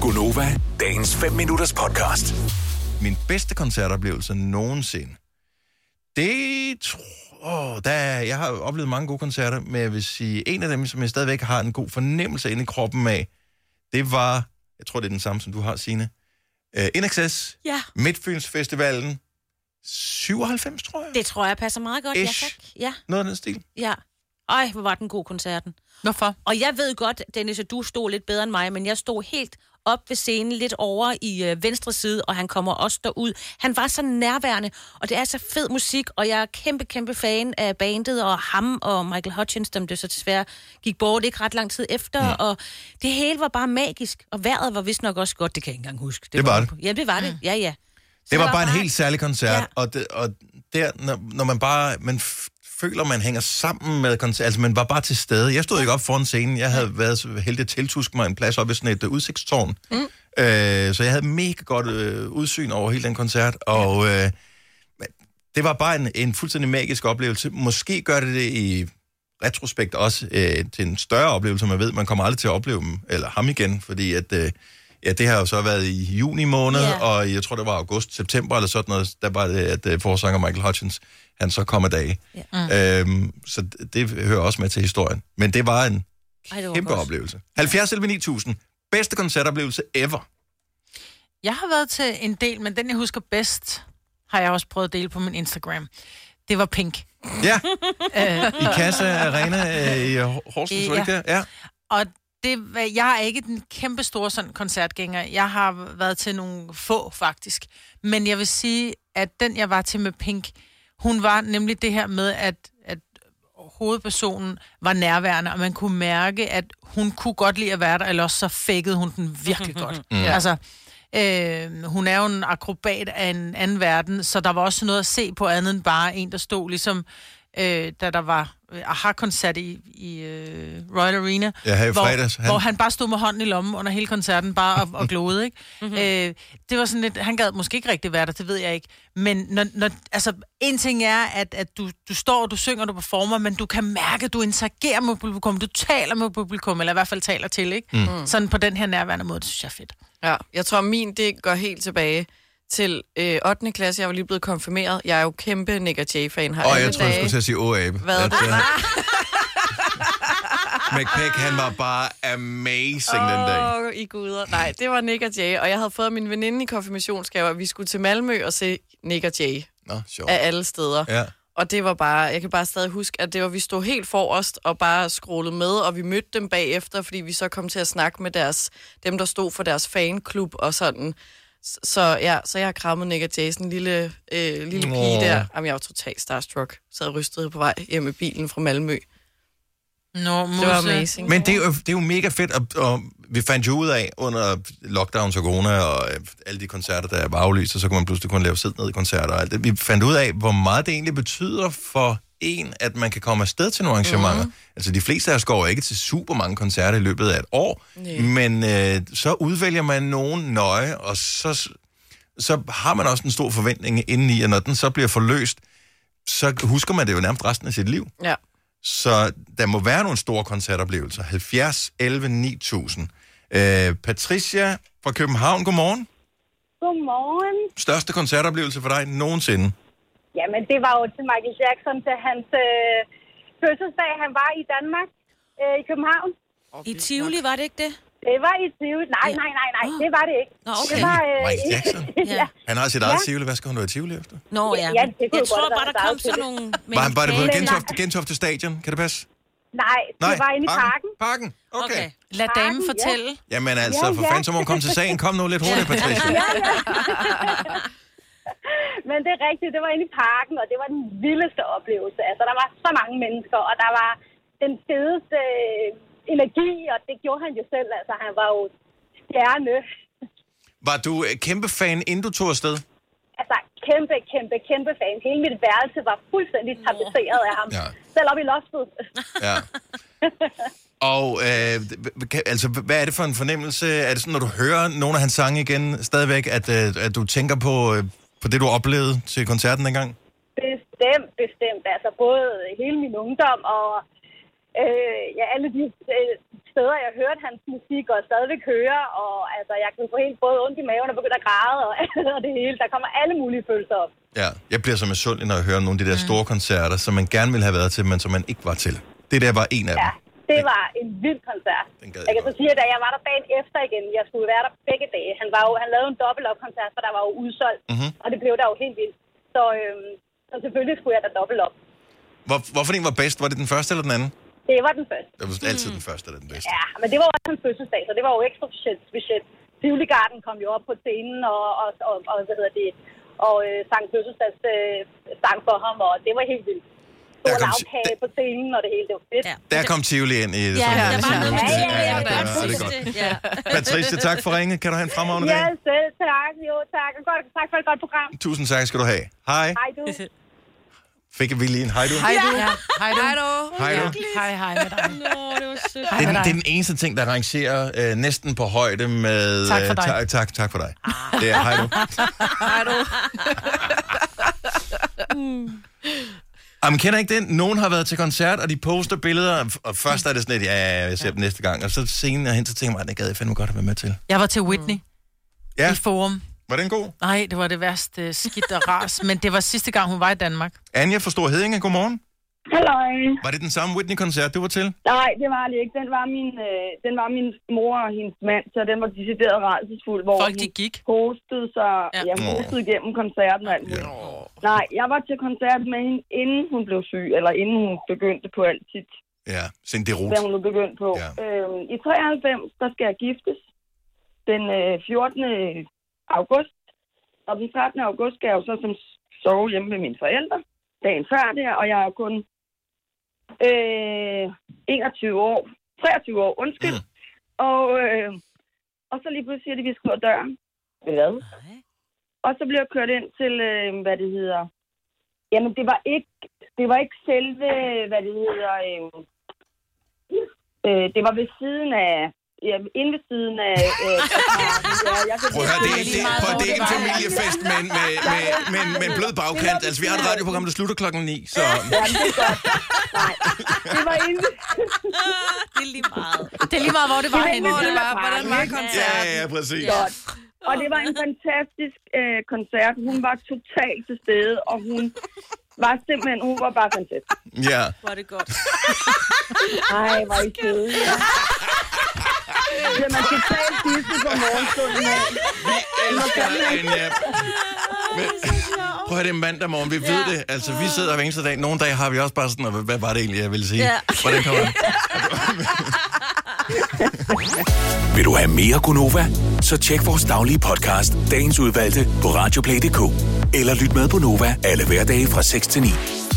Gunova, dagens 5 minutters podcast. min bedste koncertoplevelse nogensinde, det tror der, er- jeg har oplevet mange gode koncerter, men jeg vil sige, en af dem, som jeg stadigvæk har en god fornemmelse inde i kroppen af, det var, jeg tror, det er den samme, som du har, Signe, uh, InXS, Ja, Midtfynsfestivalen, 97, tror jeg, det tror jeg passer meget godt. Ish. Ja, tak. Ja, noget af den stil. ja. Ej, hvor var den god koncerten. Hvorfor? Og jeg ved godt, Dennis, at du stod lidt bedre end mig, men jeg stod helt op ved scenen, lidt over i øh, venstre side, og han kommer også derud. Han var så nærværende, og det er så fed musik, og jeg er kæmpe, kæmpe fan af bandet, og ham og Michael Hutchins, dem det så desværre gik bort ikke ret lang tid efter, ja. og det hele var bare magisk, og vejret var vist nok også godt, det kan jeg ikke engang huske. Det var det. Ja, det var det, ja, ja. Så Det var der bare en helt særlig koncert, Ja. og, det, og der, når, når man bare, man f- føler, man hænger sammen med koncert, altså man var bare til stede. Jeg stod ikke op foran scenen, jeg havde været så heldig at tiltuske mig en plads oppe i sådan et uh, udsigtstårn, mm. øh, så jeg havde mega godt øh, udsyn over hele den koncert, og øh, men det var bare en, en fuldstændig magisk oplevelse. Måske gør det det i retrospekt også øh, til en større oplevelse, man ved, man kommer aldrig til at opleve dem, eller ham igen, fordi at, øh, ja, det har jo så været i juni måned, Ja. yeah. og jeg tror, det var august, september eller sådan noget, der var det, at øh, forsanger Michael Hutchins, han så kom af dage. Yeah. Øhm, så det, det hører også med til historien. Men det var en Ej, det var kæmpe godt. oplevelse. 70 11 9000. Bedste koncertoplevelse ever. Jeg har været til en del, men den, jeg husker bedst, har jeg også prøvet at dele på min Instagram. Det var Pink. Øh, Ja, i Kassa Arena øh, i Horsens, var det ikke det? Ja. Og det, var- jeg er ikke den kæmpe store sådan, koncertgænger. Jeg har været til nogle få, faktisk. Men jeg vil sige, at den, jeg var til med Pink, hun var nemlig det her med, at, at hovedpersonen var nærværende, og man kunne mærke, at hun kunne godt lide at være der, eller også så fækkede hun den virkelig godt. Mm. Altså, øh, hun er jo en akrobat af en anden verden, så der var også noget at se på andet end bare en, der stod ligesom, øh, da der var øh, aha-koncert i, i øh, Royal Arena, Ja, her i hvor, fredags, han- han... hvor han bare stod med hånden i lommen under hele koncerten, bare og, og glodede, ikke? Mm-hmm. Øh, det var sådan lidt, han gad måske ikke rigtig være der, det ved jeg ikke. Men når, når, altså, en ting er, at, at du, du står, du synger, du performer, men du kan mærke, at du interagerer med publikum, du taler med publikum, eller i hvert fald taler til, ikke? Mm. Sådan på den her nærværende måde, det synes jeg er fedt. Ja, jeg tror, min det går helt tilbage til øh, 8. klasse. Jeg var lige blevet konfirmeret. Jeg er jo kæmpe Nick og Jay-fan. Har Og alle jeg tror, jeg skulle dage- til at sige Åabe. Hvad? At, øh, McPeck, han var bare amazing oh. den dag. Åh, i guder. Nej, det var Nick og Jay, og jeg havde fået min veninde i konfirmationsgave, at vi skulle til Malmø og se Nick og Jay Nå, sjovt. af alle steder. Ja. Og det var bare, jeg kan bare stadig huske, at det var, vi stod helt forrest og bare scrollede med, og vi mødte dem bagefter, fordi vi så kom til at snakke med deres, dem, der stod for deres fanklub og sådan. S- Så ja, så jeg har krammet Nick og Jason, en lille, øh, lille Nå. pige der. Jamen, jeg var totalt starstruck. Så jeg rystede på vej hjem med bilen fra Malmø. Nå, Mose. Det var amazing. Men det er, jo, det er jo mega fedt, og, og vi fandt jo ud af under lockdowns og corona, og øh, alle de koncerter, der var aflyst, og så kunne man pludselig kun lave sidde ned i koncerter og alt det. Vi fandt ud af, hvor meget det egentlig betyder for en, at man kan komme afsted til nogle arrangementer. Mm. Altså, de fleste af os går jo ikke til super mange koncerter i løbet af et år, Nej. men øh, så udvælger man nogen nøje, og så, så har man også en stor forventning indeni, og når den så bliver forløst, så husker man det jo nærmest resten af sit liv. Ja. Så der må være nogle store koncertoplevelser. 70, 11, 9000. Øh, Patricia fra København, godmorgen. Godmorgen. Største koncertoplevelse for dig nogensinde. Jamen, det var jo til Michael Jackson til hans øh, fødselsdag. Han var i Danmark, øh, i København. I Tivoli, var det ikke det? Det var i 20. Nej, nej, nej, nej. Det var det ikke. Nå, Det okay. var, øh, Michael Jackson? ja. Han har sit eget ja. Tivoli. Hvad skal han nå i Tivoli efter? Nå ja, ja, det kunne jeg jo tror godt bare, være, der der kom er sådan til det. nogle... Var han bare det på Nej, Gentofte, nej. Gentofte Stadion? Kan det passe? Nej, det var inde i parken. Parken? Okay. okay. Okay. Lad damen Parken, ja. fortælle. Jamen altså, Ja, for ja. fanden, så må hun komme til sagen. Kom nu lidt hurtigt, Patricia. Men det er rigtigt, det var inde i parken, og det var den vildeste oplevelse. Altså, der var så mange mennesker, og der var den fedeste øh, energi, og det gjorde han jo selv. Altså, han var jo stjerne. Var du øh, kæmpe fan, inden du tog afsted? Altså, kæmpe, kæmpe, kæmpe fan. Hele mit værelse var fuldstændig tapetseret af ham. Ja. Selv op i loftet. Ja. Og øh, kan, altså, hvad er det for en fornemmelse? Er det sådan, når du hører nogle af hans sange igen stadigvæk, at, øh, at du tænker på, øh, på det, du oplevede til koncerten dengang? Bestemt, bestemt. Altså både hele min ungdom og øh, ja, alle de øh, steder, jeg hørte hans musik og stadigvæk hører. Og Altså, jeg kunne få helt både ondt i maven og begynde at græde og, og det hele. Der kommer alle mulige følelser op. Ja, jeg bliver så misundelig, når jeg hører nogle af de der store koncerter, som man gerne ville have været til, men som man ikke var til. Det der var en af Ja, dem. det var en vild koncert. Den gad jeg Jeg kan så godt. sige, at da jeg var der dagen efter igen, jeg skulle være der begge dage. Han, var jo, han lavede en dobbelt-op-koncert, for der var jo udsolgt, Mhm. og det blev der jo helt vildt. Så, øhm, så selvfølgelig skulle jeg da dobbelt op. Hvor, hvorfor den var bedst? Var det den første eller den anden? Det var den første. Det var altid den første eller den bedste. Ja, men det var også en fødselsdag, så det var jo ekstra specielt. specielt. Tivoligarden kom jo op på scenen og, og, og, og hvad hedder det, og øh, sang fødselsdags øh, sang for ham, og det var helt vildt. Der Stor kom- lavkage på scenen, og det hele, det var fedt. Ja. Der kom Tivoli ind i... Ja, der var noget med det. Ja, ja, ja, ja, så det er godt. det. Ja. Patricia, tak for ringet. Kan du have en fremragende Ja, dag? selv tak. Jo, tak. Og godt, tak for et godt program. Tusind tak skal du have. Hej. Hej du. Fik vi lige en hej du? Hej du. Ja, hej du. Hej du. Hej du. Hej, hej med dig. Nå, det var sødt. Hej Det er, med den, dig. det er den eneste ting, der rangerer øh, næsten på højde med... Tak for øh, dig. Ah. Tak, tak, tak for dig. Det er hej du. Hej du. Mm. Jamen, kender ikke den? Nogen har været til koncert, og de poster billeder, og- og først er det sådan lidt, ja, ja, ja, jeg ser dem næste gang. Og så senere hen, så tænker man, det gad jeg fandme godt at være med til. Jeg var til Whitney Ja. i Forum. Var den god? Nej, det var det værste skidt og ras, men det var sidste gang, hun var i Danmark. Anja fra Stor Hedinge, godmorgen. Halløj. Var det den samme Whitney-koncert, du var til? Nej, det var det ikke. Den var min, øh, den var min mor og hendes mand, så den var decideret rædselsfuld, hvor Folk, de hun gik. hostede sig, Ja. ja. jeg hostede igennem koncerten og alt muligt. Nej, jeg var til koncert med hende, inden hun blev syg, eller inden hun begyndte på alt sit, Ja, sådan det rot. hvad hun nu begyndte på. Ja. Ja. Øhm, I 93, der skal jeg giftes den øh, 14. august, og den 13. august skal jeg jo så som s- sove hjemme med mine forældre, dagen før der, og jeg er jo kun øh, 21 år, 23 år, undskyld. Mm. Mm. Og, øh, og så lige pludselig siger de, at vi skal ud af døren. Hvad? Og så blev jeg kørt ind til, øh, hvad det hedder... Jamen, det var ikke, det var ikke selve, hvad det hedder... Øh, øh, det var ved siden af... Ja, inde ved siden af... Øh, af parken. ja, jeg kan Prøv at høre, det er ikke, det, Lige meget, prøv, at høre, det er ikke en hvor det var. familiefest med, en- med, med, med, med, med en blød bagkant. Altså, vi har et radioprogram, der slutter klokken 9, så... Ja, men det er godt. Nej, det var inde... Det er lige meget. Det er lige meget, hvor det var Det er henne. Hvor det var, hvordan var Ja, koncerten? ja, ja, præcis. Godt. Og det var en fantastisk øh, koncert. Hun var totalt til stede, og hun var simpelthen... Hun var bare fantastisk. Ja. Var det godt. Ej, hvor er I søde. ja. Ja, man skal tage en tisse på morgenstunden. af. elsker Anja. Men, prøv at høre, det er mandag morgen, vi ved det. Altså, vi sidder hver eneste dag. Nogle dage har vi også bare sådan, og hvad var det egentlig, jeg ville sige? Ja. Hvordan kommer det? Vil du have mere Gunova? Så tjek vores daglige podcast, dagens udvalgte, på radioplay.dk. Eller lyt med på Nova alle hverdage fra 6 til 9.